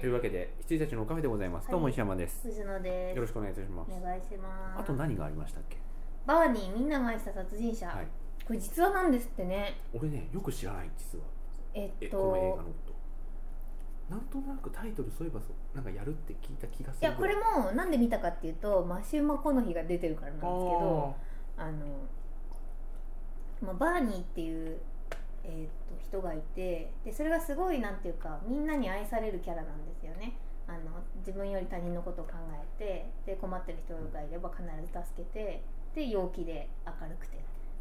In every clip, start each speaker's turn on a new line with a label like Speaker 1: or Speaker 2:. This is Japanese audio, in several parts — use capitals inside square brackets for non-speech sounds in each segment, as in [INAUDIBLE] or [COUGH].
Speaker 1: というわけで羊たちのカフェでございます、
Speaker 2: はい
Speaker 1: どうも石山です
Speaker 2: 藤野です
Speaker 1: よろしくお願いいたします
Speaker 2: お願いします
Speaker 1: あと何がありましたっけ
Speaker 2: バーニーみんなが愛した殺人者、
Speaker 1: はい
Speaker 2: これ実話なんですってね
Speaker 1: 俺ねよく知らない実は
Speaker 2: え
Speaker 1: え
Speaker 2: っ
Speaker 1: この映画
Speaker 2: と
Speaker 1: のことなんとなくタイトルそういえばそうなんかやるって聞いた気がする
Speaker 2: いやこれ
Speaker 1: も
Speaker 2: もなんで見たかっていうとマシュー・マコノヒが出てるからなんですけどあの、まあ、バーニーっていう、えっと人がいてでそれがすごいなんていうかみんなに愛されるキャラなんですよねあの自分より他人のことを考えてで困ってる人がいれば必ず助けてで陽気で明るくてっ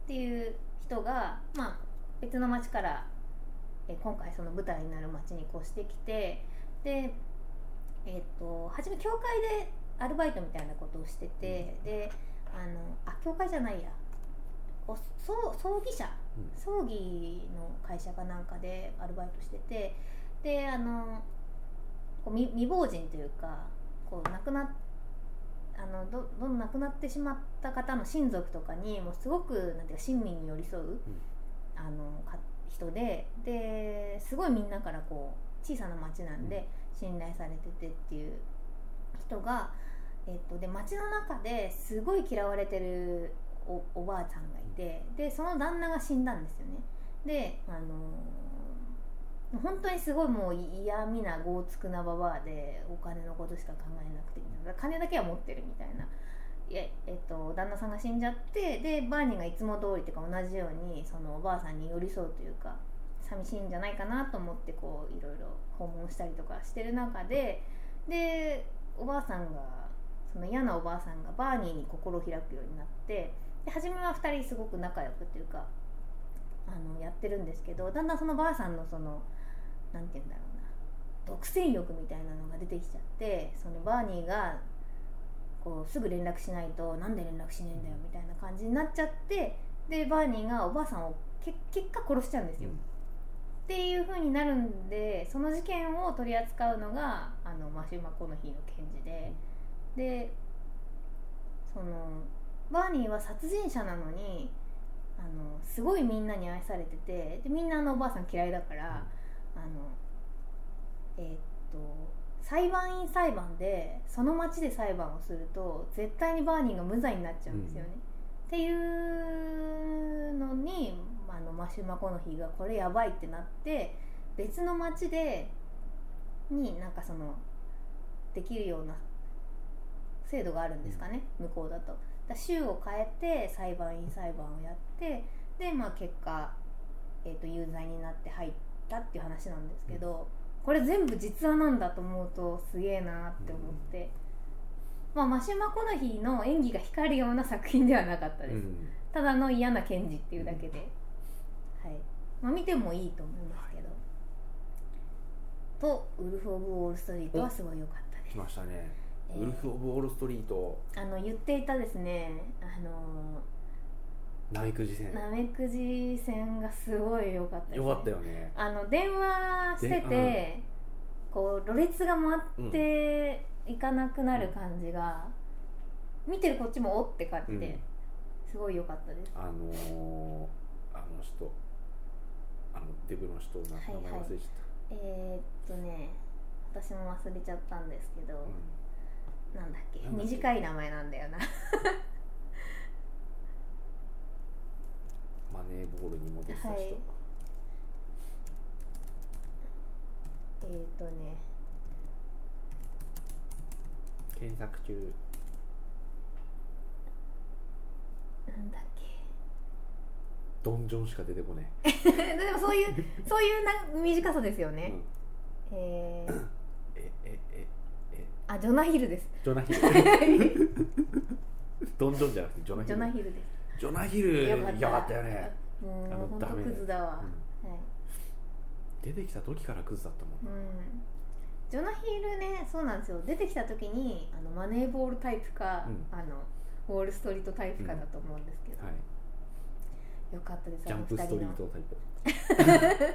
Speaker 2: ていう人が、まあ、別の町から、えー今回その舞台になる町に越してきてで、えー、と初め教会でアルバイトみたいなことをしてて、であのあ教会じゃないやお葬葬儀社、
Speaker 1: うん
Speaker 2: 葬儀の会社かなんかでアルバイトしててであのこう未未亡人というかこう亡くなっあのどどんどん亡くなってしまった方の親族とかにもうすごくなんていうか親身に寄り添う、あのか人でですごいみんなからこう小さな町なんで信頼されててっていう人が、えっと、で町の中ですごい嫌われてるおおばあちゃんがいてでその旦那が死んだんですよね。であのー本当にすごいもう嫌味な豪つくなババアでお金のことしか考えなくてみたいな金だけは持ってるみたいないや、えっと、旦那さんが死んじゃってでバーニーがいつも通りとか同じようにそのおばあさんに寄り添うというか寂しいんじゃないかなと思ってこういろいろ訪問したりとかしてる中ででおばあさんがその嫌なおばあさんがバーニーに心を開くようになってで初めは2人すごく仲良くっていうかあのやってるんですけどだんだんそのばあさんのそのなんて言うんだろうな独占欲みたいなのが出てきちゃってそのバーニーがこうすぐ連絡しないとなんで連絡しねえんだよみたいな感じになっちゃってでバーニーがおばあさんをけ結果殺しちゃうんですよ。
Speaker 1: うん
Speaker 2: っていう風になるんでその事件を取り扱うのがあのマシュマコの日の検事で、でそのバーニーは殺人者なのにあのすごいみんなに愛されててでみんなあのおばあさん嫌いだから、あのえーっと裁判員裁判でその町で裁判をすると絶対にバーニーが無罪になっちゃうんですよね。っていうのにあのマシュマコの日がこれやばいってなって別の町でになんかそのできるような制度があるんですかね、向こうだと。だ州を変えて裁判員裁判をやってで、まあ、結果、えー、と有罪になって入ったっていう話なんですけど、これ全部実話なんだと思うとすげえなって思って、まあ、マシュマコノヒの演技が光るような作品ではなかったです、
Speaker 1: うん
Speaker 2: ただの嫌な検事っていうだけで、はいまあ、見てもいいと思いますけど、と「ウルフ・オブ・ウォール・ストリート」はすごい良かったです
Speaker 1: 来ましたね、
Speaker 2: えー
Speaker 1: ウルフ・オブ・ウォール・ストリート
Speaker 2: あの言っていたですねあの
Speaker 1: ナイク事線
Speaker 2: なめくじ線がすごい良かったです、
Speaker 1: よかったよね
Speaker 2: あの電話してて
Speaker 1: で、
Speaker 2: こうろれつが回っていかなくなる感じが、見てるこっちもおって感じで、
Speaker 1: うん
Speaker 2: すごい良かったです
Speaker 1: あのー、あの人あのデブの人な
Speaker 2: はいはい
Speaker 1: 名前忘れちゃっ
Speaker 2: えー、っとね私も忘れちゃったんですけど、
Speaker 1: た、うん
Speaker 2: なんだっけ
Speaker 1: なんだっけ
Speaker 2: 短い名前なんだよな
Speaker 1: マネーボールに戻した人、
Speaker 2: はいえー、っとね
Speaker 1: 検索中
Speaker 2: なんだっけ [LAUGHS]
Speaker 1: ドンジョンしか出てこね
Speaker 2: でもそういうそういうな短さですよ
Speaker 1: え、う
Speaker 2: ね、
Speaker 1: ん
Speaker 2: えー、
Speaker 1: えええ
Speaker 2: あジョナヒルです
Speaker 1: [LAUGHS] ジョナヒル
Speaker 2: [LAUGHS]
Speaker 1: ドンジョンじゃなくてジョナヒ
Speaker 2: ジ
Speaker 1: ル
Speaker 2: ョナヒルです
Speaker 1: ジョナヒル
Speaker 2: よかった
Speaker 1: よかったよね、
Speaker 2: も
Speaker 1: あの
Speaker 2: う本当
Speaker 1: ダメ
Speaker 2: クズだわ、
Speaker 1: うん
Speaker 2: はい
Speaker 1: 出てきた時からクズだったもん
Speaker 2: う
Speaker 1: な、
Speaker 2: んジョナヒールねそうなんですよ出てきた時にあのマネーボールタイプか、
Speaker 1: うん
Speaker 2: あのウォールストリートタイプかだと思うんですけど、
Speaker 1: はい
Speaker 2: よかったです
Speaker 1: ジャンプストリートタイプ、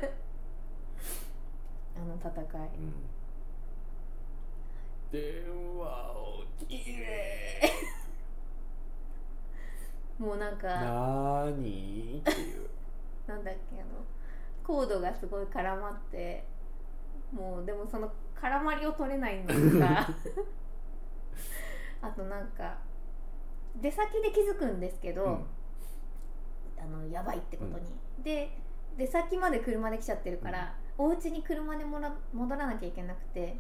Speaker 2: あの戦い
Speaker 1: うん、電話を切れ
Speaker 2: もうなんか
Speaker 1: なーにーっていう
Speaker 2: なんだっけあのコードがすごい絡まってもうでもその絡まりを取れないのと
Speaker 1: [LAUGHS]
Speaker 2: かあとなんか出先で気づくんですけど、あのやばいってことに、で出先まで車で来ちゃってるから、お家に車でもら戻らなきゃいけなくて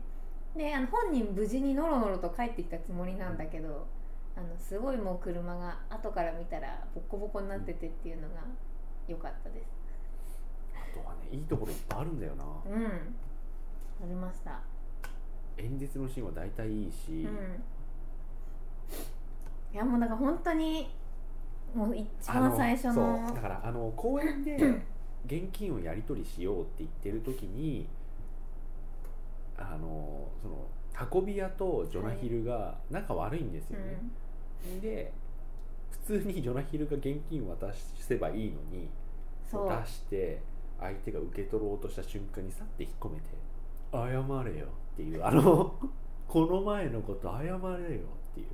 Speaker 2: であの本人無事にノロノロと帰ってきたつもりなんだけど、あのすごいもう車が後から見たらボッコボコになっててっていうのが良かったです
Speaker 1: あとはねいいところいっぱいあるんだよな、
Speaker 2: うんありました
Speaker 1: 演説のシーンは大体いいし、
Speaker 2: うんいやもうだから本当にもう一番最初の
Speaker 1: そうだからあの公園で現金をやり取りしようって言ってる時にあのその運び屋とジョナヒルが仲悪いんです
Speaker 2: う
Speaker 1: よね、
Speaker 2: ん
Speaker 1: で普通にジョナヒルが現金渡せばいいのに
Speaker 2: そう
Speaker 1: 出して相手が受け取ろうとした瞬間にさって引っ込めて「謝れよ」っていうあのこの前のこと謝れよっていう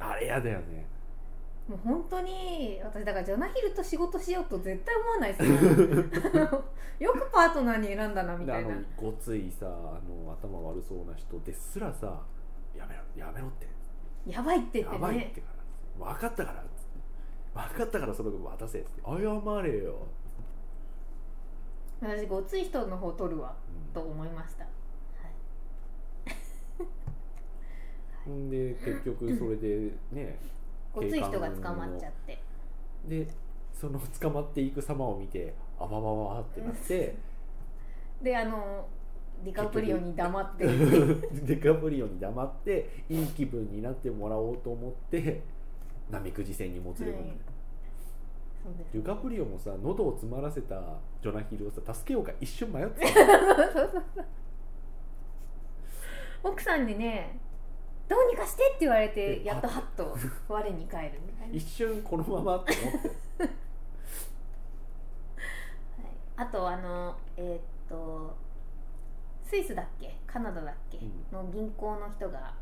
Speaker 1: あれやだよね
Speaker 2: もう本当に私だからジョナヒルと仕事しようと絶対思わない [LAUGHS] ですもんよくパートナーに選んだなみ
Speaker 1: で
Speaker 2: た
Speaker 1: あ
Speaker 2: いな
Speaker 1: のごついさあの頭悪そうな人ですらさ「やめろやめろ」って
Speaker 2: やばいっ
Speaker 1: 「
Speaker 2: て言
Speaker 1: や
Speaker 2: って
Speaker 1: ばい」っ
Speaker 2: ね
Speaker 1: てから「分かったから」っつって分かったからその分渡せ」っつって「謝れよ」
Speaker 2: 私ごつい人の方取るわ
Speaker 1: うん
Speaker 2: と思いました、は
Speaker 1: ほんで結局それでね
Speaker 2: い、ごつい人が捕まっちゃって
Speaker 1: でその捕まっていく様を見てあわわわわってなって [LAUGHS]
Speaker 2: であのディカプリオに黙って
Speaker 1: デカプリオに黙っていい気分になってもらおうと思ってなみくじ戦にもつれ込む、
Speaker 2: はいそうです
Speaker 1: デカプリオもさ喉を詰まらせたジョナヒルをさ助けようか一瞬迷ってた
Speaker 2: そうそうそうそう [LAUGHS] 奥さんにねどうにかしてって言われてやっとハッと我に返るみたいな
Speaker 1: 一瞬このままって思って
Speaker 2: はい、あとあのえーっとスイスだっけカナダだっけ、
Speaker 1: うん
Speaker 2: の銀行の人が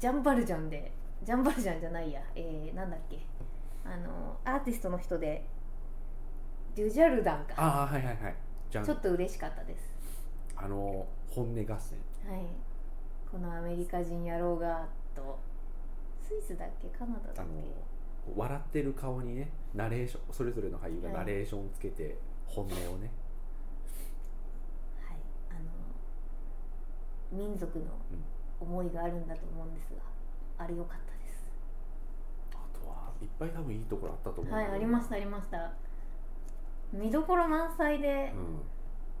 Speaker 2: ジャンバルジャンでジャンバルジャンじゃないや、えー、なんだっけあのアーティストの人でデュジャルダンか
Speaker 1: ああはいはいはいじゃ
Speaker 2: ちょ
Speaker 1: ん
Speaker 2: っと嬉しかったです、
Speaker 1: あの本音合戦
Speaker 2: はい、このアメリカ人野郎がとスイスだっけカナダ
Speaker 1: あ
Speaker 2: だっ
Speaker 1: の
Speaker 2: け
Speaker 1: 笑ってる顔にねナレーションそれぞれの俳優がナレーションつけて本音をね
Speaker 2: はい、あの民族の思いがあるんだと思うんですがあれ良かったです
Speaker 1: あとはいっぱい多分いいところあったと思うんだ
Speaker 2: は
Speaker 1: け
Speaker 2: い
Speaker 1: ど
Speaker 2: ありましたありました見どころ満載で、
Speaker 1: うん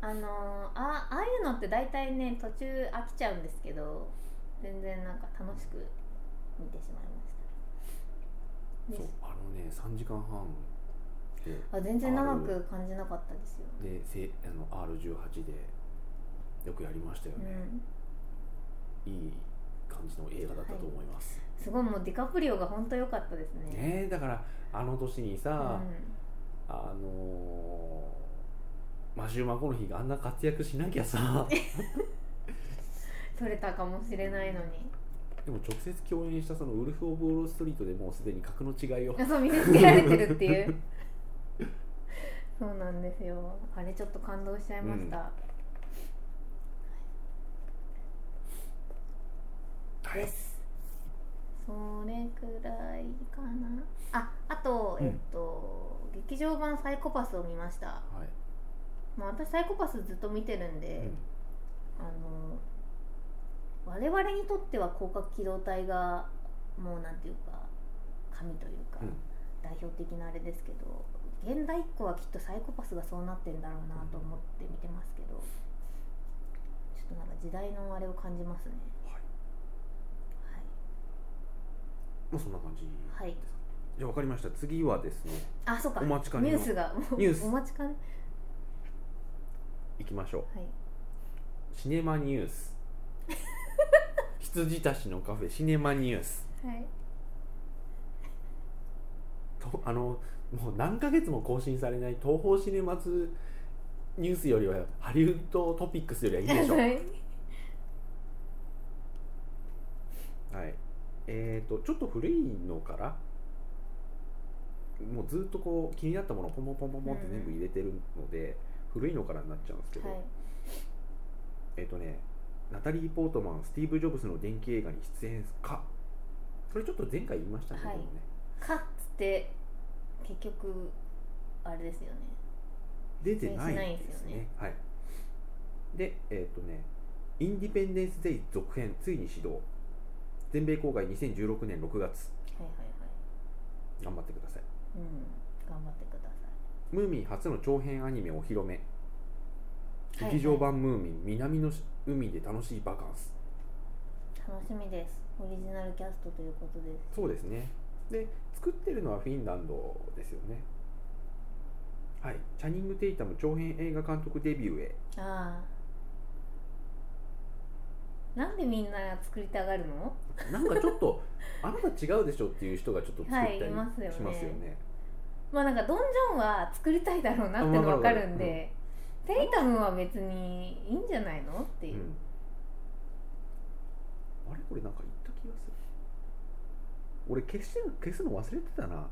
Speaker 2: あのーあああいうのって大体ね途中飽きちゃうんですけど全然なんか楽しく見てしまいま
Speaker 1: そ
Speaker 2: した
Speaker 1: う
Speaker 2: で
Speaker 1: あのね3時間半で
Speaker 2: あ全然長く感じなかったですよ、
Speaker 1: でせあの R18 でよくやりましたよ
Speaker 2: う
Speaker 1: ね、
Speaker 2: ん、
Speaker 1: いい感じの映画だったと思います、
Speaker 2: すごいもうディカプリオが本当良かったですね
Speaker 1: ねえだからあの年に
Speaker 2: う
Speaker 1: さ、
Speaker 2: ん
Speaker 1: あのーマシュー・マコの日があんな活躍しなきゃ
Speaker 2: [LAUGHS]
Speaker 1: さ
Speaker 2: 撮れたかもしれないのに
Speaker 1: でも直接共演したそのウルフ・オブ・オールストリートでもうすでに格の違いを
Speaker 2: あそう見せつけられてるっていうそうなんですよあれちょっと感動しちゃいました、
Speaker 1: はい
Speaker 2: です。それくらいかな。あ、あと、
Speaker 1: うん
Speaker 2: えっと、劇場版サイコパスを見ました。
Speaker 1: はい
Speaker 2: まあ、私サイコパスずっと見てるんで、
Speaker 1: うん
Speaker 2: あの。我々にとっては広角機動隊が、もうなんていうか。神というか、
Speaker 1: うん
Speaker 2: 代表的なあれですけど。現代っ子はきっとサイコパスがそうなってんだろうなと思って見てますけど。ちょっとなんか時代のあれを感じますね。
Speaker 1: はい
Speaker 2: はい。
Speaker 1: まあそんな感じですか、
Speaker 2: はい
Speaker 1: じゃあ分かりました次はですね
Speaker 2: あ、そうか。
Speaker 1: お待ちかね
Speaker 2: ニ
Speaker 1: の
Speaker 2: ュースが。もう
Speaker 1: ニュース
Speaker 2: [LAUGHS] お待ちかね。
Speaker 1: いきましょう
Speaker 2: はい。
Speaker 1: シネマニュー
Speaker 2: [LAUGHS]
Speaker 1: ス羊たちのカフェシネマニュース
Speaker 2: はい。
Speaker 1: とあのもう何ヶ月も更新されない東方シネマズニュースよりはハリウッドトピックスよりはいいでしょ
Speaker 2: はい
Speaker 1: はいえー、とちょっと古いのからもうずっとこう気になったものをポンポンポンポンポンって全部入れてるので、古いのからになっちゃうんですけど、
Speaker 2: はい。
Speaker 1: えっ、とねナタリー・ポートマンスティーブ・ジョブズの電気映画に出演かそれちょっと前回言いましたね、
Speaker 2: はい
Speaker 1: でもね
Speaker 2: かっつって結局あれですよね
Speaker 1: 出てない
Speaker 2: 出演しないん
Speaker 1: ん
Speaker 2: で
Speaker 1: ですす
Speaker 2: よ
Speaker 1: ね
Speaker 2: ね
Speaker 1: はいでえっ、とね「インディペンデンス・デイ」続編ついに始動全米公開2016年6月
Speaker 2: はいはいはい
Speaker 1: 頑張ってください
Speaker 2: うん頑張ってくださ
Speaker 1: ムーミン初の長編アニメお披露目、
Speaker 2: い、はいはい、
Speaker 1: 劇場版ムーミン南の海で楽しいバカンス
Speaker 2: 楽しみですオリジナルキャストということです
Speaker 1: そうですねで作ってるのはフィンランドですよねはいチャニング・テイタム長編映画監督デビューへ
Speaker 2: ああなんでみんな作りたがるの
Speaker 1: なんかちょっと [LAUGHS] あなた違うでしょっていう人がちょっと作ったり
Speaker 2: はいい
Speaker 1: し
Speaker 2: ま
Speaker 1: ますす
Speaker 2: よ
Speaker 1: よ
Speaker 2: ね
Speaker 1: ね,、
Speaker 2: まあなんかドン・ジョンは作りたいだろうなっての分かるんで、テイタムは別にいいんじゃないのっていう、
Speaker 1: うん、あれこれなんか言った気がする俺消して消すの忘れてたな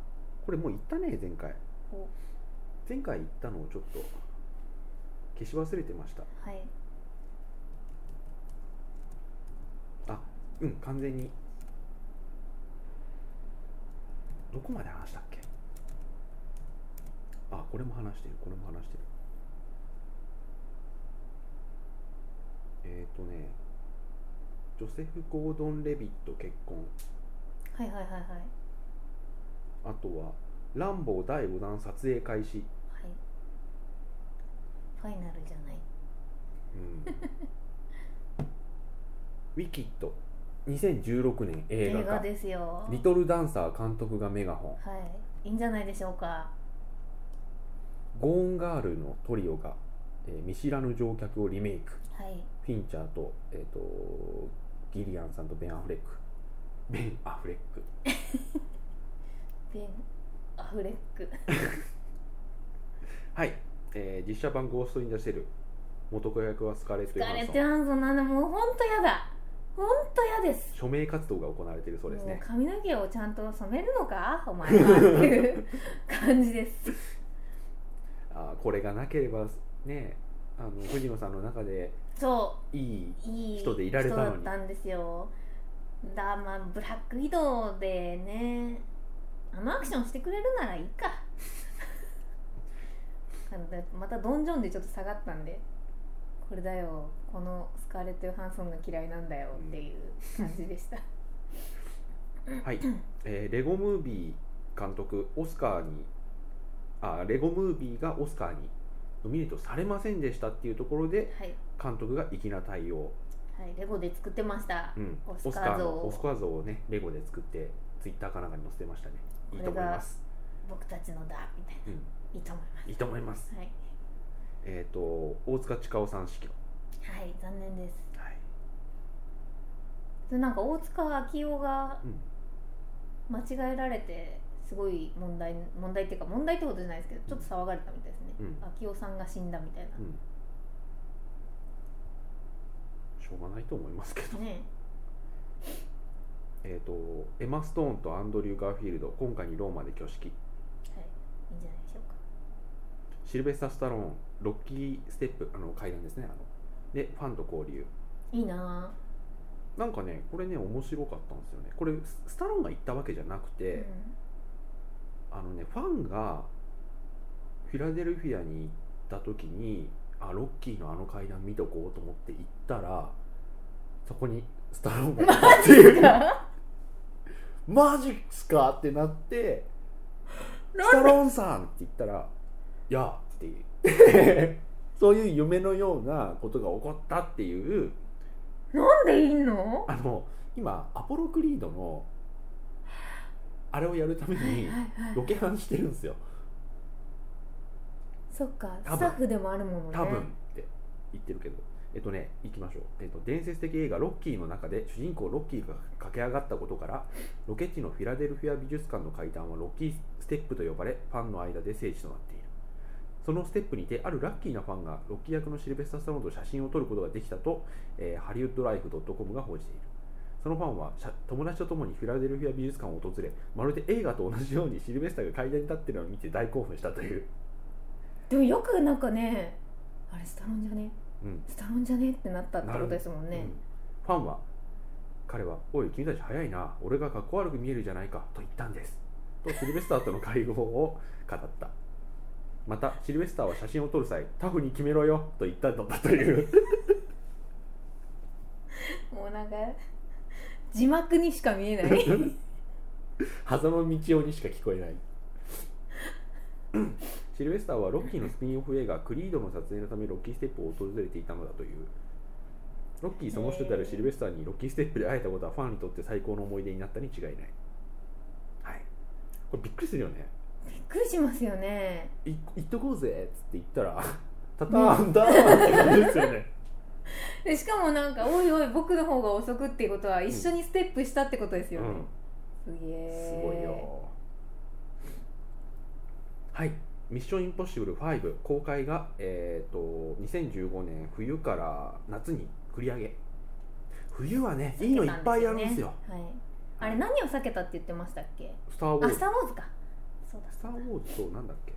Speaker 1: これもう言ったね前回
Speaker 2: お
Speaker 1: 前回言ったのをちょっと消し忘れてました
Speaker 2: はい
Speaker 1: あうん完全にどこまで話したっけあこれも話してるこれも話してるえっ、ー、とねジョセフ・ゴードン・レビット結婚
Speaker 2: はいはいはいはいはい
Speaker 1: あとは「ランボー第5弾撮影開始」
Speaker 2: ファイナルじゃない [LAUGHS]
Speaker 1: うん「ウィキッド」2016年映画
Speaker 2: 映画
Speaker 1: 化
Speaker 2: ですよ
Speaker 1: リトルダンサー監督がメガホン
Speaker 2: はいいいんじゃないでしょうか
Speaker 1: ゴーンガールのトリオが、えー見知らぬ乗客をリメイク
Speaker 2: はい
Speaker 1: フィンチャーと,、えー、とギリアンさんとベン・アフレックベン・アフレック
Speaker 2: ベン・アフレック
Speaker 1: はい、えー実写版「ゴースト・イン・ザ・シェル」元子役はスカーレット・ヨ
Speaker 2: ガ
Speaker 1: ハ
Speaker 2: レ
Speaker 1: ン
Speaker 2: ッ
Speaker 1: ソ
Speaker 2: ト・
Speaker 1: ン
Speaker 2: ハンソンなんでもうほんとやだほんとやです
Speaker 1: 署名活動が行われているそうです
Speaker 2: も
Speaker 1: ね
Speaker 2: う髪の毛をちゃんと染めるのかお前はっていう感じです
Speaker 1: あーこれがなければねあの藤野さんの中で
Speaker 2: そ
Speaker 1: いいう
Speaker 2: いい
Speaker 1: 人でいられたのに
Speaker 2: 人だったんですよだまあブラック移動でねあのアクションしてくれるならいいか [LAUGHS] なんでまたドンジョンでちょっと下がったんでこれだよこのスカーレット・ヨハンソンが嫌いなんだよっていう感じ
Speaker 1: [LAUGHS]
Speaker 2: でした
Speaker 1: [CLEARS THROAT] はい、えーレゴムービー監督オスカーにあレゴムービーがオスカーにノミネートされませんでしたっていうところで
Speaker 2: はい、
Speaker 1: 監督が粋な対応、
Speaker 2: はい、レゴで作ってました
Speaker 1: うん、
Speaker 2: オ
Speaker 1: オ
Speaker 2: ス
Speaker 1: ス
Speaker 2: カ
Speaker 1: カ
Speaker 2: ー
Speaker 1: ー
Speaker 2: 像
Speaker 1: の
Speaker 2: を
Speaker 1: オスカー像をねレゴで作ってツイッターかなんかに載せてましたねいいと
Speaker 2: こ
Speaker 1: 思
Speaker 2: れ
Speaker 1: い
Speaker 2: が
Speaker 1: ます、
Speaker 2: 僕たちのだみたいな
Speaker 1: うん、
Speaker 2: いいと思います
Speaker 1: いいと思います
Speaker 2: はい、
Speaker 1: えっ、と大塚千佳夫さん指揮
Speaker 2: はい、残念です
Speaker 1: はい、
Speaker 2: それなんか大塚明夫が
Speaker 1: うん
Speaker 2: 間違えられてすごい問題問題っていうか問題ってことじゃないですけどちょっと騒がれたみたいですね、
Speaker 1: うん
Speaker 2: 明夫さんが死んだみたいな、
Speaker 1: うん、しょうがないと思いますけど [LAUGHS]
Speaker 2: ね
Speaker 1: えっとエマ・ストーンとアンドリュー・ガーフィールド今回にローマで挙式
Speaker 2: はいいいんじゃないでしょうか
Speaker 1: シルベスター・スタローン、ロッキー・ステップ、あの階段ですねあの、で、ファンと交流、
Speaker 2: いいなぁ
Speaker 1: なんかね、これね、面白かったんですよね、これ、ススタローンが行ったわけじゃなく
Speaker 2: う
Speaker 1: て、
Speaker 2: ん
Speaker 1: あのね、ファンがフィラデルフィアに行った時に、あ、ロッキーのあの階段見とこうと思って行ったら、そこにスタローンがいたっていう、 [LAUGHS] マジっすかってなって、スタローンさんって言ったら、いやっていう、 [LAUGHS] そういう夢のようなことが起こったっていう、
Speaker 2: なんでいいの
Speaker 1: あの、今、アポロクリードの、あれをやるために、ロケハンしてるんですよ、
Speaker 2: そっか
Speaker 1: 多分
Speaker 2: スタッフでもあるものね
Speaker 1: 多分って言ってるけど。えっとね、行きましょう、えっと、伝説的映画「ロッキー」の中で主人公ロッキーが駆け上がったことからロケ地のフィラデルフィア美術館の階段はロッキーステップと呼ばれファンの間で聖地となっているそのステップにてあるラッキーなファンがロッキー役のシルベスター・スタローンと写真を撮ることができたと、えーハリウッドライフ .com が報じているそのファンは写友達と共にフィラデルフィア美術館を訪れまるで映画と同じようにシルベスターが階段に立っているのを見て大興奮したという
Speaker 2: でもよくなんかねあれスタローンじゃね
Speaker 1: うん
Speaker 2: スタローンじゃねってなったってことですもん
Speaker 1: う
Speaker 2: ね
Speaker 1: ん、ファンは彼は「おい君たち早いな俺がかっこ悪く見えるじゃないか」と言ったんですとシルベスターとの会合を語ったまたシルベスターは写真を撮る際タフに決めろよと言ったのだという
Speaker 2: もうなんか [LAUGHS] 字幕にしか見えない
Speaker 1: [LAUGHS] 狭間道夫にしか聞こえない [COUGHS] シルベスターはロッキーのスピンオフ映画「クリード」の撮影のためロッキーステップを訪れていたのだというロッキーその人であるシルベスターにロッキーステップで会えたことはファンにとって最高の思い出になったに違いない、はい、これびっくりするよね
Speaker 2: びっくりしますよね
Speaker 1: い行っとこうぜっつって言ったら「たたんだ」って感じですよね
Speaker 2: でしかもなんか「おいおい僕の方が遅く」っていうことは一緒にステップしたってことです
Speaker 1: う
Speaker 2: よね、
Speaker 1: ん
Speaker 2: すげえ
Speaker 1: すごいよはい「ミッションインポッシブル5」公開が、えー、と2015年冬から夏に繰り上げ冬はねいいのいっぱいあるんですよ
Speaker 2: はい、あれ何を避けたって言ってましたっけ
Speaker 1: スター・ウォ
Speaker 2: あ
Speaker 1: ーズ
Speaker 2: スター・ウォーズかそうだ
Speaker 1: スタ
Speaker 2: そ
Speaker 1: ー・
Speaker 2: う
Speaker 1: ウ
Speaker 2: だ
Speaker 1: ォーズとなんだっけ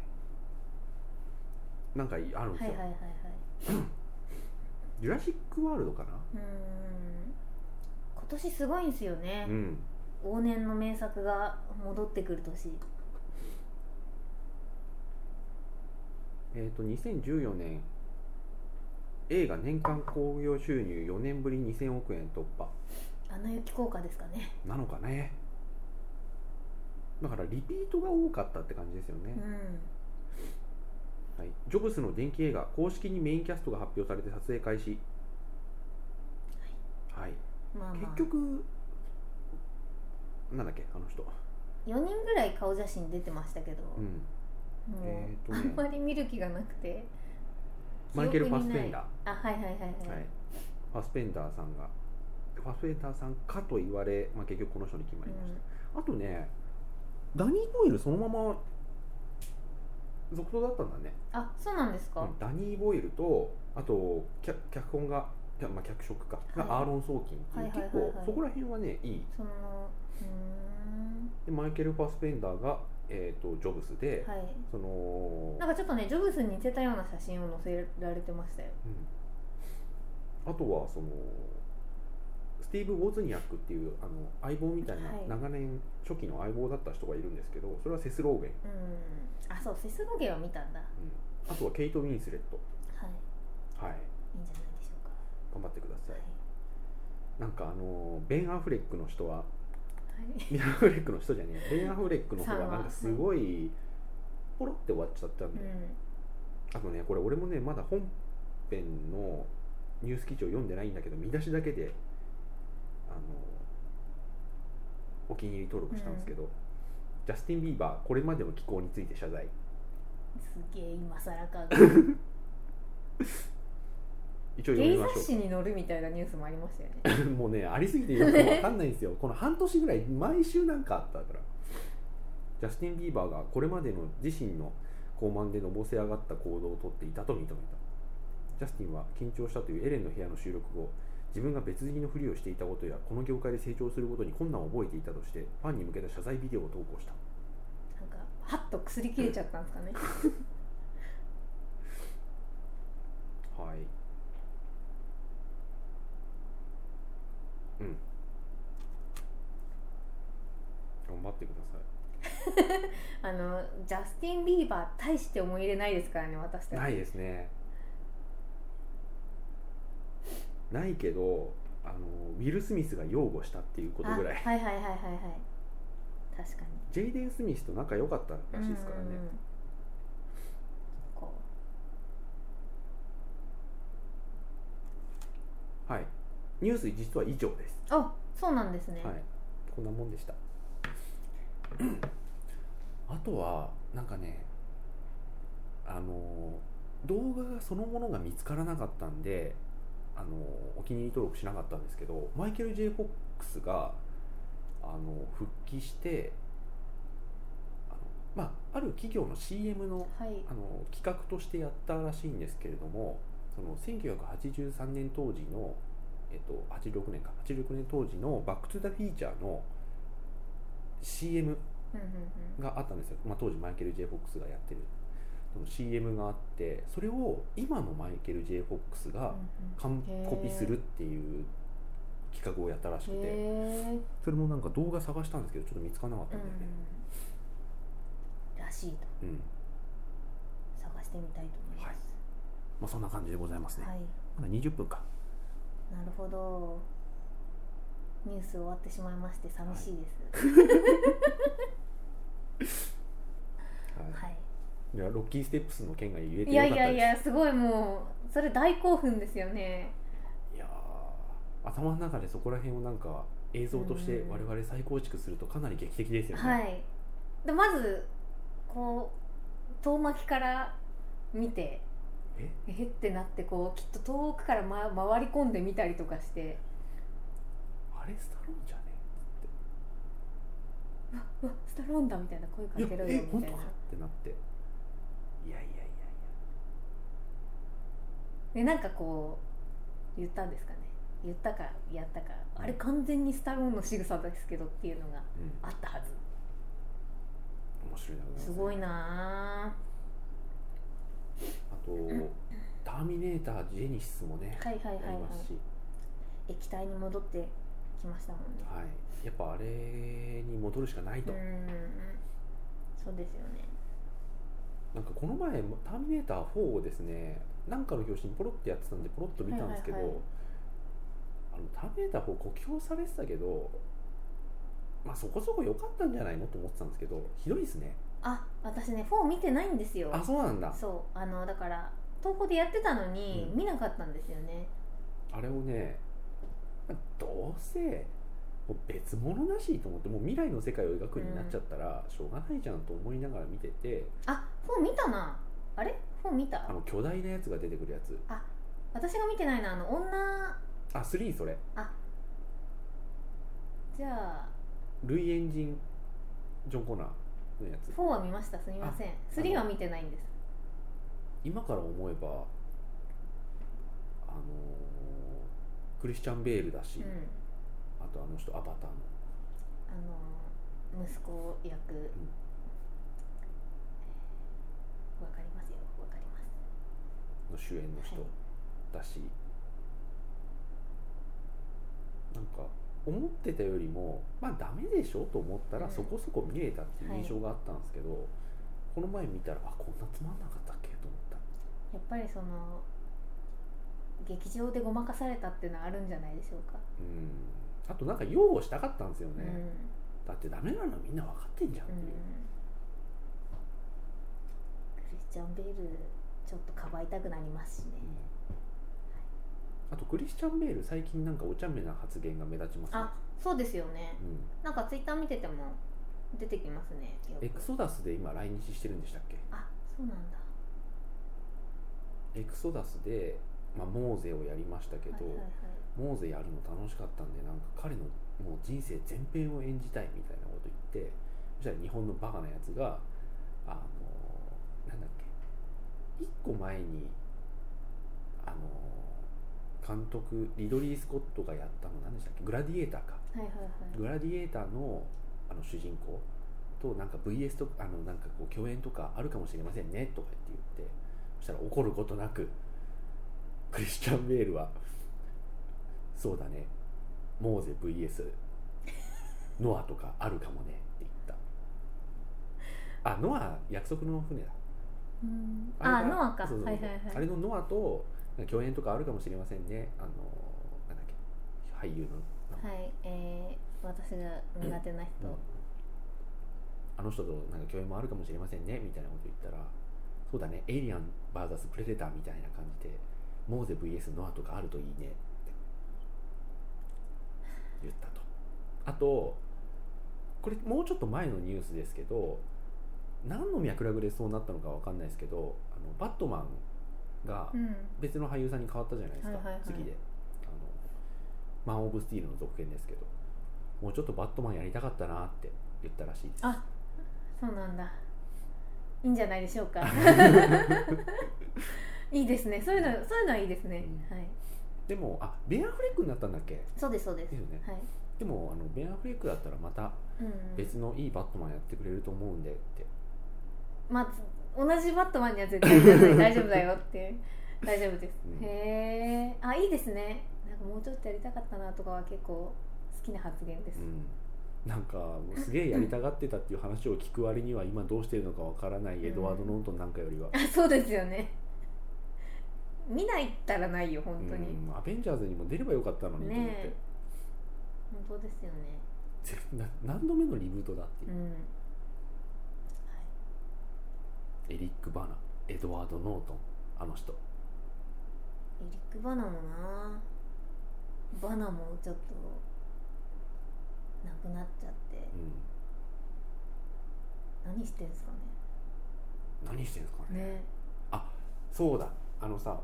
Speaker 1: なんかいあるんです
Speaker 2: はい
Speaker 1: よ、
Speaker 2: はいはいはい
Speaker 1: ジュラシック・ワールドかな
Speaker 2: うーん今年すごいんですよね
Speaker 1: う、ん
Speaker 2: 往年の名作が戻ってくる年
Speaker 1: えー、と2014年映画年間興行収入4年ぶり2000億円突破
Speaker 2: あの雪効果ですかね
Speaker 1: なのかねだからリピートが多かったって感じですよね、
Speaker 2: うん
Speaker 1: はい、ジョブスの電気映画公式にメインキャストが発表されて撮影開始、はい
Speaker 2: まあまあ
Speaker 1: 結局なんだっけあの人、
Speaker 2: 4人ぐらい顔写真出てましたけど、
Speaker 1: うん、
Speaker 2: もう、
Speaker 1: えーと
Speaker 2: あ
Speaker 1: ね
Speaker 2: んまり見る気がなくて
Speaker 1: マイケル・
Speaker 2: 記
Speaker 1: フ
Speaker 2: 憶
Speaker 1: ァス
Speaker 2: にない
Speaker 1: ペンダー
Speaker 2: あはいはいはいはい、
Speaker 1: はい、ファスペンダーさんがファスペンダーさんかと言われ、まあ、結局この人に決まりました、あとねダニー・ボイルそのまま続投だったんだね、
Speaker 2: あそうなんですか、
Speaker 1: うんダニー・ボイルとあと脚脚本がいやまあ、脚色か、が
Speaker 2: はい
Speaker 1: アーロン・ソーキンっていう、
Speaker 2: はいはいはいはい
Speaker 1: 結構そこら辺はねいい
Speaker 2: そのうーん
Speaker 1: でマイケル・ファスペンダーが、えー、とジョブスで、
Speaker 2: はい
Speaker 1: その
Speaker 2: なんかちょっとねジョブスに似てたような写真を載せられてましたよ
Speaker 1: うん、あとはそのスティーブ・ウォズニアックっていうあの相棒みたいな、
Speaker 2: はい
Speaker 1: 長年初期の相棒だった人がいるんですけどそれはセス・ローゲン、
Speaker 2: うんあそうセスロゲは見たんだは
Speaker 1: うん、あとはケイト・ウィンスレット、
Speaker 2: い
Speaker 1: はい、
Speaker 2: いいんじゃないでしょうか
Speaker 1: 頑張ってくださ
Speaker 2: はい
Speaker 1: い、なんかあのベン・アフレックの人は
Speaker 2: はい
Speaker 1: ベン・アフレックの人じゃねえベン・アフレックの人
Speaker 2: さ
Speaker 1: は
Speaker 2: んは
Speaker 1: なんかすごいポロって終わっちゃったん
Speaker 2: う
Speaker 1: で、
Speaker 2: ん
Speaker 1: あとねこれ俺もねまだ本編のニュース記事を読んでないんだけど見出しだけであのお気に入り登録したんですけど、ジャスティン・ビーバーこれまでの寄稿について謝罪
Speaker 2: すげえ今更
Speaker 1: [LAUGHS]
Speaker 2: かが
Speaker 1: 一応読
Speaker 2: ゲ
Speaker 1: み
Speaker 2: イ
Speaker 1: ましょ
Speaker 2: 雑誌に載るみたいなニュースもありましたよね
Speaker 1: う [LAUGHS] もうねありすぎてよくわかんないんですよ [LAUGHS] この半年ぐらい毎週なんかあったからジャスティン・ビーバーがこれまでの自身の高慢でのぼせ上がった行動をとっていたと認めたジャスティンは緊張したというエレンの部屋の収録後自分が別人のふりをしていたことやこの業界で成長することに困難を覚えていたとしてファンに向けた謝罪ビデオを投稿した
Speaker 2: なんかハッとくすり切れちゃったんですか
Speaker 1: [LAUGHS]
Speaker 2: ね
Speaker 1: はいうん頑張ってください
Speaker 2: あのジャスティン・ビーバー大して思い入れないですからね私たち、
Speaker 1: ないですねないけどあのウィル・スミスが擁護したっていうことぐらい
Speaker 2: あはいはいはいはいはい確かに
Speaker 1: ジェイデン・スミスと仲良かったらしいですから
Speaker 2: うんうんうん
Speaker 1: ね
Speaker 2: こ
Speaker 1: はいニュース実は以上です、
Speaker 2: うあそうなんですね、
Speaker 1: はいこんなもんでした [CLEARS THROAT] あとはなんかねあの動画がそのものが見つからなかったんであのお気に入り登録しなかったんですけどマイケル・ J ・フォックスがあの復帰してあの、まあ、ある企業の CM の
Speaker 2: はい
Speaker 1: あの企画としてやったらしいんですけれどもその1983年当時の、えっと、86年か86年当時の「バック・トゥ・ザ・フィーチャー」の CM
Speaker 2: うんうんうん
Speaker 1: があったんですよ、まあ、当時マイケル・ J ・フォックスがやってるその CM があってそれを今のマイケル・ J ・フォックスが完
Speaker 2: へー
Speaker 1: コピするっていう企画をやったらしく
Speaker 2: うんうん
Speaker 1: て
Speaker 2: へ
Speaker 1: それもなんか動画探したんですけどちょっと見つからなかっ
Speaker 2: え
Speaker 1: たんだよね、
Speaker 2: うんらしいと
Speaker 1: うん
Speaker 2: 探してみたいと思います
Speaker 1: まあ、そんな感じでございますね、
Speaker 2: はい
Speaker 1: まだ20分か
Speaker 2: なるほどニュース終わってしまいまして寂しいです
Speaker 1: は
Speaker 2: はいい、
Speaker 1: じゃあロッキーステップスの件が言えて
Speaker 2: い
Speaker 1: よ
Speaker 2: や
Speaker 1: かったで
Speaker 2: い
Speaker 1: す
Speaker 2: やいやすごいもうそれ大興奮ですよね
Speaker 1: いやー頭の中でそこら辺をなんか映像として我々再構築するとかなり劇的ですよね、
Speaker 2: はいでまずこう遠巻きから見て
Speaker 1: え
Speaker 2: えってなってこうきっと遠くから、ま、回り込んでみたりとかして
Speaker 1: あれスタローンじゃね
Speaker 2: うわスタローンだみたいな声か
Speaker 1: いや
Speaker 2: けろよ
Speaker 1: え
Speaker 2: み
Speaker 1: 本
Speaker 2: たい
Speaker 1: 当
Speaker 2: な
Speaker 1: かってなっていやいやいやい
Speaker 2: でなんかこう言ったんですかね言ったかやったかあれ完全にスタローンの仕草ですけどっていうのが
Speaker 1: や、
Speaker 2: あったはず
Speaker 1: うん、面白いな
Speaker 2: すごいな
Speaker 1: あと「ターミネータージェニシス」もね、
Speaker 2: あはいはいはい
Speaker 1: あ
Speaker 2: は
Speaker 1: り
Speaker 2: い
Speaker 1: ますし、
Speaker 2: 液体に戻ってきましたもんね
Speaker 1: はい、やっぱあれに戻るしかないと、
Speaker 2: うーんそうですよね
Speaker 1: なんかこの前「ターミネーター4」をですねなんかの表紙にポロってやってたんでポロっと見たんですけど、
Speaker 2: はいはいはい
Speaker 1: あのターミネーター4酷評されてたけどまあそこそこ良かったんじゃないのと思ってたんですけどひどいですね
Speaker 2: あ私ね4見てないんですよ
Speaker 1: あそうなんだ
Speaker 2: そうあのだから東宝でやってたのに
Speaker 1: うん
Speaker 2: 見なかったんですよね、
Speaker 1: あれをねまあどうせもう別物だしと思ってもう未来の世界を描くになっちゃったらしょうがないじゃんと思いながら見てて、
Speaker 2: あ4見たなあれ4見た
Speaker 1: あの巨大なやつが出てくるやつ
Speaker 2: 私が見てないなあの女
Speaker 1: あ3それ
Speaker 2: じゃあ
Speaker 1: ルイエンジンジョン・コナーのやつ
Speaker 2: 4は見ましたすみません3は見てないんです
Speaker 1: 今から思えばあのークリスチャン・ベールだし、
Speaker 2: うん
Speaker 1: あとあの人アバターの
Speaker 2: あの息子役わかりますよわかります
Speaker 1: の主演の人
Speaker 2: はい
Speaker 1: だし、なんか思ってたよりもまあダメでしょと思ったら
Speaker 2: うん
Speaker 1: そこそこ見れたっていう印象があったんですけど、この前見たらあこんなつまんなかったっけと思った
Speaker 2: やっぱりその劇場でごまかされたっていうのはあるんじゃないでしょうか、
Speaker 1: うんあとなんか擁護したかったんですよ
Speaker 2: う
Speaker 1: ね、
Speaker 2: ん
Speaker 1: だってダメなのみんな分かってんじゃんっ
Speaker 2: う
Speaker 1: て
Speaker 2: ん
Speaker 1: いう、
Speaker 2: クリスチャン・ベールちょっとかばいたくなりますしね、
Speaker 1: あとクリスチャン・ベール最近なんかお茶目な発言が目立ちますね
Speaker 2: あそうですよね
Speaker 1: う
Speaker 2: なんかツイッター見てても出てきますねよ
Speaker 1: ん、
Speaker 2: く
Speaker 1: エクソダスで今来日してるんでしたっけ
Speaker 2: あそうなんだ
Speaker 1: エクソダスで、まあ、モーゼをやりましたけど、
Speaker 2: はいはいはい
Speaker 1: モーゼやるの楽しかったんでなんか彼のもう人生全編を演じたいみたいなこと言ってそしたら日本のバカなやつがあのなんだっけ一個前にあの監督リドリー・スコットがやったの何でしたっけグラディエーターか
Speaker 2: はいはいはい
Speaker 1: グラディエーターのあの主人公となんか VS とあのなんかこう共演とかあるかもしれませんねとか言って言ってそしたら怒ることなく [LAUGHS] クリスチャン・ベールは「そうだねモーゼ VS ノアとかあるかもね」って言ったあノア約束の船だ
Speaker 2: うん
Speaker 1: れ
Speaker 2: あ
Speaker 1: が
Speaker 2: ノアか
Speaker 1: そうそうそう
Speaker 2: はいはいはい
Speaker 1: あれのノアとなんか共演とかあるかもしれませんねあのなんだっけ俳優の名前
Speaker 2: はいえー、私が苦手な人、
Speaker 1: うんあの人となんか共演もあるかもしれませんねみたいなこと言ったらそうだねエイリアン VS プレデターみたいな感じでモーゼ VS ノアとかあるといいねって言ったとあとこれもうちょっと前のニュースですけど何の脈絡でそうなったのかわかんないですけどあのバットマンが
Speaker 2: うん
Speaker 1: 別の俳優さんに変わったじゃないですか、
Speaker 2: はいはいはい
Speaker 1: 次であのマン・オブ・スティールの続編ですけどもうちょっとバットマンやりたかったなって言ったらしいです
Speaker 2: あそうなんだいいんじゃないでしょ
Speaker 1: [LAUGHS]
Speaker 2: うかいいですねそういうのそういうのはいいですね、
Speaker 1: うん
Speaker 2: はい
Speaker 1: でもあベン・アフレックになったんだっけ
Speaker 2: そうですそうです
Speaker 1: ですよね
Speaker 2: はい
Speaker 1: でもあのベン・アフレックだったらまた
Speaker 2: うんうん
Speaker 1: 別のいいバットマンやってくれると思うんでって、
Speaker 2: まあつ同じバットマンには絶対ならない大丈夫だよって
Speaker 1: [LAUGHS]
Speaker 2: いう大丈夫です、
Speaker 1: うん
Speaker 2: へえあいいですねなんかもうちょっとやりたかったなとかは結構好きな発言です、
Speaker 1: うん、なんかもうすげえやりたがってたっていう話を聞く割には今どうしてるのかわからないエドワード・ノートンなんかよりは、
Speaker 2: あそうですよね見ないったらないよ [LAUGHS] 本当に、
Speaker 1: うんアベンジャーズにも出ればよかったのにと思って、
Speaker 2: ねえ本当ですよね
Speaker 1: ぜな何度目のリブートだっていうう、
Speaker 2: んはい
Speaker 1: エリック・バナエドワード・ノートンあの人
Speaker 2: エリック・バナもなバナもちょっとなくなっちゃって
Speaker 1: うん
Speaker 2: 何してんすか
Speaker 1: 何してんすかね
Speaker 2: ねね
Speaker 1: そうだあの
Speaker 2: [CLEARS THROAT]
Speaker 1: さ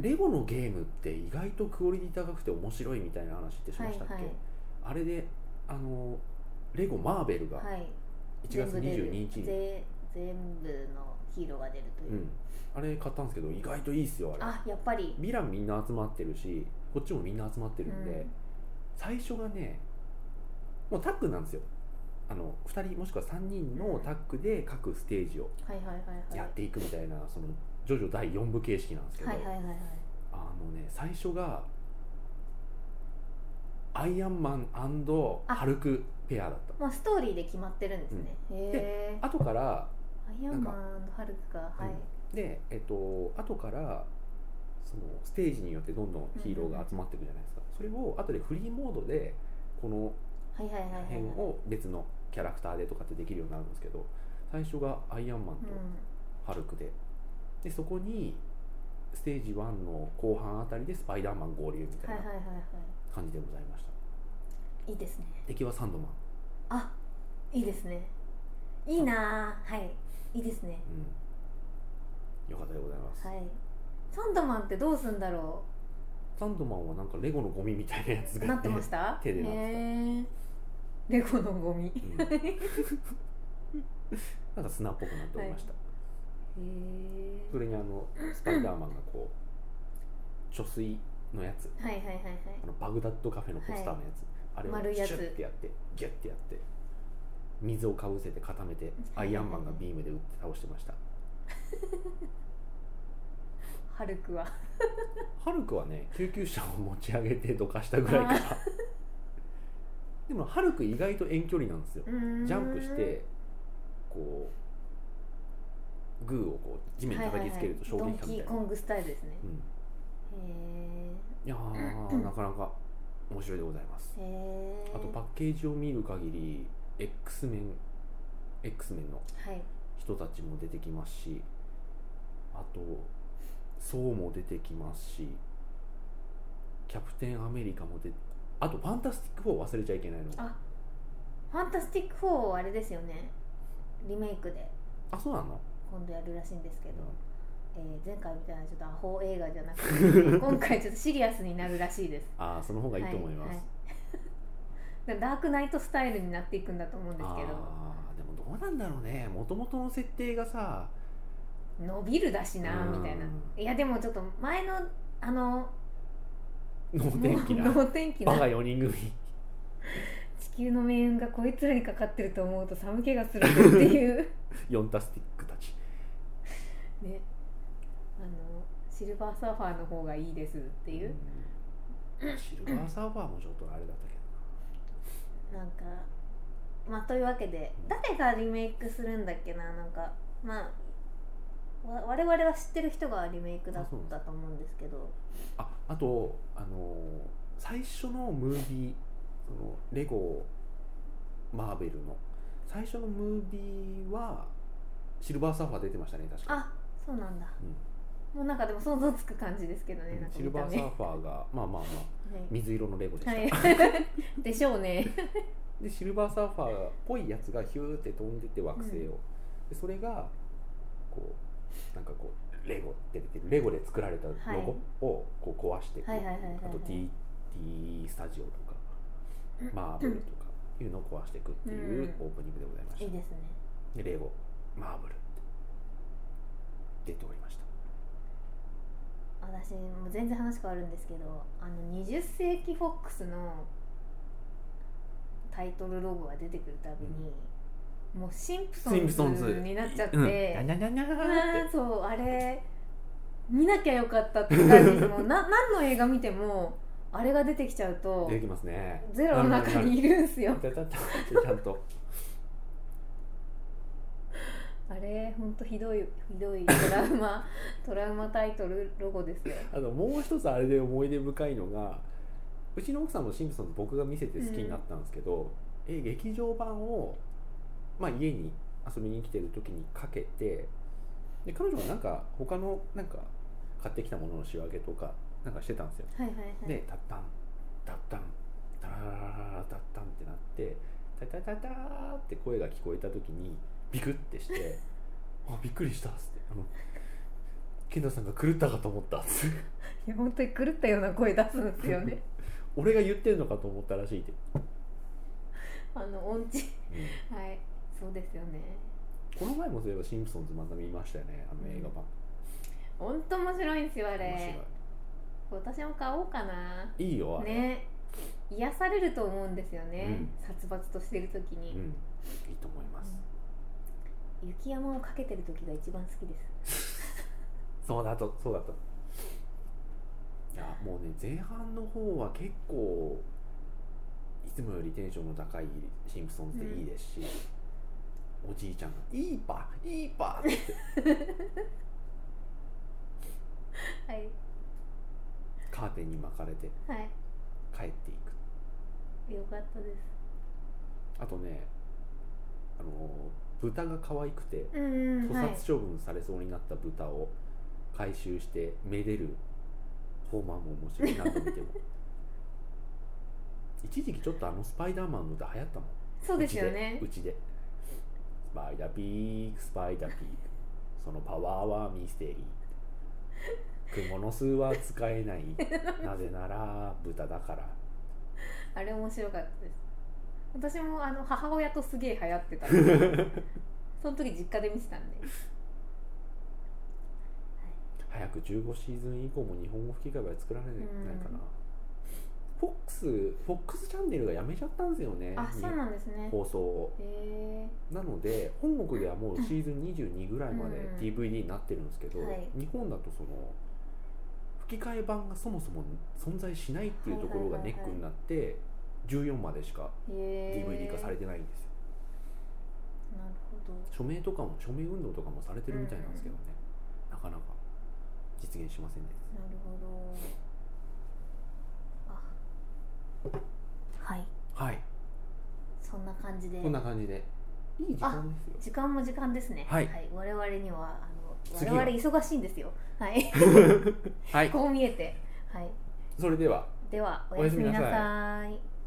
Speaker 1: レゴのゲームって意外とクオリティ高くて面白いみたいな話ってしましたっけ、
Speaker 2: はいはい
Speaker 1: あれであのレゴマーベルが
Speaker 2: はい
Speaker 1: 1月22日に、
Speaker 2: 全全部のヒーローが出るというう、
Speaker 1: ん、あれ買ったんですけど意外といいっすよあれ
Speaker 2: あやっぱり
Speaker 1: ヴィランみんな集まってるしこっちもみんな集まってるんで、
Speaker 2: うん
Speaker 1: 最初がねもうタッグなんですよあの2人もしくは3人のタッグで各ステージを
Speaker 2: はいはいはいはい
Speaker 1: やっていくみたいな、そのジョジョ第4部形式なんですけど、
Speaker 2: はいはいはいはい
Speaker 1: あのね最初がアイアンマン
Speaker 2: あ
Speaker 1: ハルクペアだった
Speaker 2: まあストーリーで決まってるんですね、へえ
Speaker 1: 後から
Speaker 2: アイアンマンとハルクがは
Speaker 1: うん
Speaker 2: い、
Speaker 1: でえっと後からそのステージによってどんどんヒーローが集まっていくじゃないですか、それを後でフリーモードでこの
Speaker 2: はいはいはいはいはい
Speaker 1: 辺を別のキャラクターでとかってできるようになるんですけど最初がアイアンマンと
Speaker 2: う
Speaker 1: ハルクで,、でそこにステージ1の後半あたりでスパイダーマン合流み
Speaker 2: ん
Speaker 1: た
Speaker 2: はい
Speaker 1: い
Speaker 2: は
Speaker 1: な
Speaker 2: いはいはい
Speaker 1: 感じでございました、
Speaker 2: いいですね
Speaker 1: 敵はサンドマン、
Speaker 2: あいいですねいいなあはいいいですね
Speaker 1: うん、よかったでございます、
Speaker 2: はいサンドマンってどうすんだろ
Speaker 1: サンドマンはなんかレゴのゴミみたいなやつ
Speaker 2: う
Speaker 1: が
Speaker 2: なってました
Speaker 1: 手でなってた
Speaker 2: へえレゴのゴミ
Speaker 1: うんなんか砂っぽくなっておりました、
Speaker 2: へえ
Speaker 1: それにあのスパイダーマンがこう貯水のやつ
Speaker 2: はいはいはいはい
Speaker 1: あのバグダッドカフェのポスターのやつ、あれ
Speaker 2: 丸
Speaker 1: を
Speaker 2: い
Speaker 1: シ
Speaker 2: や
Speaker 1: ュ
Speaker 2: つ
Speaker 1: ッてやってギュッてやって水をかぶせて固めてアイアンマンがビームで打って倒してました
Speaker 2: ハルクは
Speaker 1: ハルクはね救急車を持ち上げてどかしたぐらいから [LAUGHS] でもハルク意外と遠距離なんですよ
Speaker 2: ジ
Speaker 1: ジャ
Speaker 2: ャ
Speaker 1: ンプしてこうグーをこう地面に叩きつけると衝撃感みたいな、
Speaker 2: ドンキーコングスタイルですね
Speaker 1: うん
Speaker 2: へ
Speaker 1: いやー、なかなか面白いでございます
Speaker 2: えへえ
Speaker 1: あとパッケージを見る限り X メン X メンの
Speaker 2: はい
Speaker 1: 人たちも出てきますしあとソーも出てきますしキャプテンアメリカも出てあとファンタスティック4忘れちゃいけないの
Speaker 2: あファンタスティック4あれですよねリメイクで
Speaker 1: あそうなの
Speaker 2: 今度やるらしいんですけど、
Speaker 1: う
Speaker 2: えー前回みたいなちょっとアホ映画じゃな
Speaker 1: [LAUGHS]
Speaker 2: くて今回ちょっとシリアスになるらしいです
Speaker 1: んああその方がいいと思います、
Speaker 2: ははだからダークナイトスタイルになっていくんだと思うんですけど
Speaker 1: ああでもどうなんだろうねもともとの設定がさ
Speaker 2: 伸びるだしな
Speaker 1: うん
Speaker 2: みたいないやでもちょっと前のあの
Speaker 1: 脳天
Speaker 2: [LAUGHS]
Speaker 1: 気な
Speaker 2: 脳天気な
Speaker 1: バカ4人組
Speaker 2: 地球の命運がこいつらにかかってると思うと寒気がするぞっていう
Speaker 1: 4タスティックたち
Speaker 2: ねあのシルバーサーファーの方がいいですっていう、
Speaker 1: うんシルバーサーバーもちょっとあれだったけ
Speaker 2: なんかまあというわけで誰がリメイクするんだっけななんかまあわ我々は知ってる人がリメイクだったと思うんですけど
Speaker 1: どああとあのー最初のムービーそのレゴマーベルの最初のムービーはシルバーサーファー出てましたね確か
Speaker 2: あそうなんだ
Speaker 1: うん
Speaker 2: もうなんかでも想像つく感じですけどね、
Speaker 1: うん
Speaker 2: なんか
Speaker 1: シ
Speaker 2: 見
Speaker 1: ル
Speaker 2: た
Speaker 1: バー
Speaker 2: 目
Speaker 1: サーファーがまあまあまあ水色のレゴでした、
Speaker 2: はい、はい、 [LAUGHS] でしょうね
Speaker 1: でシルバーサーファーっぽいやつがヒューって飛んでて惑星を、
Speaker 2: うん
Speaker 1: でそれがこうなんかこうレゴって出てるレゴで作られたロ
Speaker 2: はい
Speaker 1: ゴをこう壊していく、
Speaker 2: はいはいはいはいはい
Speaker 1: あと T, T スタジオとかマーブルとかいうのを壊していくっていう
Speaker 2: うん
Speaker 1: オープニングでございました、
Speaker 2: いいですね
Speaker 1: でレゴマーブルって出ておりました
Speaker 2: 私もう全然話変わるんですけどあの20世紀フォックスのタイトルロゴが出てくるたびに、もうシンプ
Speaker 1: シンプ
Speaker 2: ソ
Speaker 1: ソ
Speaker 2: ン
Speaker 1: ン
Speaker 2: ズ
Speaker 1: ズ
Speaker 2: になっちゃって、
Speaker 1: うん、なにゃにゃにゃ
Speaker 2: あ
Speaker 1: ー
Speaker 2: ー
Speaker 1: って
Speaker 2: そうあれ見なきゃよかったって感じで
Speaker 1: [LAUGHS]
Speaker 2: すもうな何の映画見てもあれが出てきちゃうと
Speaker 1: 出てきますね
Speaker 2: ゼロの中にいるんすよ
Speaker 1: ちゃちゃちゃってちゃんと
Speaker 2: [LAUGHS] あれほんとひどいひどいトラウマ [LAUGHS] トラウマタイトルロゴですよ
Speaker 1: あのもう一つあれで思い出深いのがうちの奥さんもシンプソンズ僕が見せて好きになったんですけど、え劇場版を、まあ、家に遊びに来てる時にかけてで彼女はなんか他のなんか買ってきたものの仕分けとかなんかしてたんですよ。
Speaker 2: はいはいはい、
Speaker 1: で「タッタンタッタンタラララララタッタン」ってなって「タタタター」って声が聞こえた時にビクッて
Speaker 2: [LAUGHS]
Speaker 1: して「あびっくりした」っつってあの「健太さんが狂ったかと思った」っつって。
Speaker 2: いや本当に狂ったような声出すんですよね
Speaker 1: [LAUGHS] 俺が言ってるのかと思ったらしいって、
Speaker 2: あの音
Speaker 1: [LAUGHS]
Speaker 2: 痴はいそうですよね
Speaker 1: この前もそういえば「シンプソンズ」また見ましたよねあの映画版、
Speaker 2: 本当面白いんですよあ
Speaker 1: 面
Speaker 2: れ私も買おうかな
Speaker 1: 白いいいよあれ、
Speaker 2: ね癒されると思うんですよね、
Speaker 1: うん
Speaker 2: 殺伐としてる時
Speaker 1: う
Speaker 2: に、
Speaker 1: んいいと思います、
Speaker 2: 雪山をかけてる時が一番好きです
Speaker 1: そうだとそうだといやもうね前半の方は結構いつもよりテンションの高い「シンプソンズ」でいいですし、おじいちゃんが「いいパいいパ」って
Speaker 2: はい
Speaker 1: カーテンに巻かれて
Speaker 2: はい
Speaker 1: 帰っていく
Speaker 2: よかったです
Speaker 1: あとねあの豚が可愛くて、
Speaker 2: うんうん
Speaker 1: 屠
Speaker 2: はい
Speaker 1: 殺処分されそうになった豚を回収してめでるフォーマンも面白いなと見ても [LAUGHS] 一時期ちょっとあのスパイダーマンの歌流行ったもん
Speaker 2: そうですよね
Speaker 1: うちでうちでスパイダーピークスパイダーピークそのパワーはミステリ
Speaker 2: [LAUGHS]
Speaker 1: ー蜘蛛の巣は使えないなぜなら豚だから
Speaker 2: あれ面白かったです私もあの母親とすげえ流行って
Speaker 1: [LAUGHS]
Speaker 2: たその時実家で見てたんで
Speaker 1: 早く15シーズン以降も日本語吹き替えは作られないかな、フォックスフォックスチャンネルがやめちゃったんですよね
Speaker 2: あそうなんですね
Speaker 1: 放送を
Speaker 2: へえ
Speaker 1: なので本国ではもうシーズン22ぐらいまで
Speaker 2: うん
Speaker 1: DVD になってるんですけど、
Speaker 2: はい
Speaker 1: 日本だとその吹き替え版がそもそも存在しないっていうところがネックになって14までしか
Speaker 2: へえ
Speaker 1: DVD 化されてないんですよ
Speaker 2: なるほど
Speaker 1: 署名とかも署名運動とかもされてるみたいなんですけどね、なかなか実現しませんね
Speaker 2: なるほどあはい
Speaker 1: はい
Speaker 2: そんな感じで
Speaker 1: こんな感じでいい時間ですよ
Speaker 2: 時間も時間ですね
Speaker 1: はい
Speaker 2: 我々にはあ
Speaker 1: 次
Speaker 2: の
Speaker 1: は
Speaker 2: 我々忙しいんですよはい
Speaker 1: [LAUGHS] はい
Speaker 2: こう見えてはい
Speaker 1: それでは
Speaker 2: では
Speaker 1: お
Speaker 2: お
Speaker 1: や
Speaker 2: や
Speaker 1: す
Speaker 2: す
Speaker 1: み
Speaker 2: み
Speaker 1: な
Speaker 2: な
Speaker 1: さい
Speaker 2: さい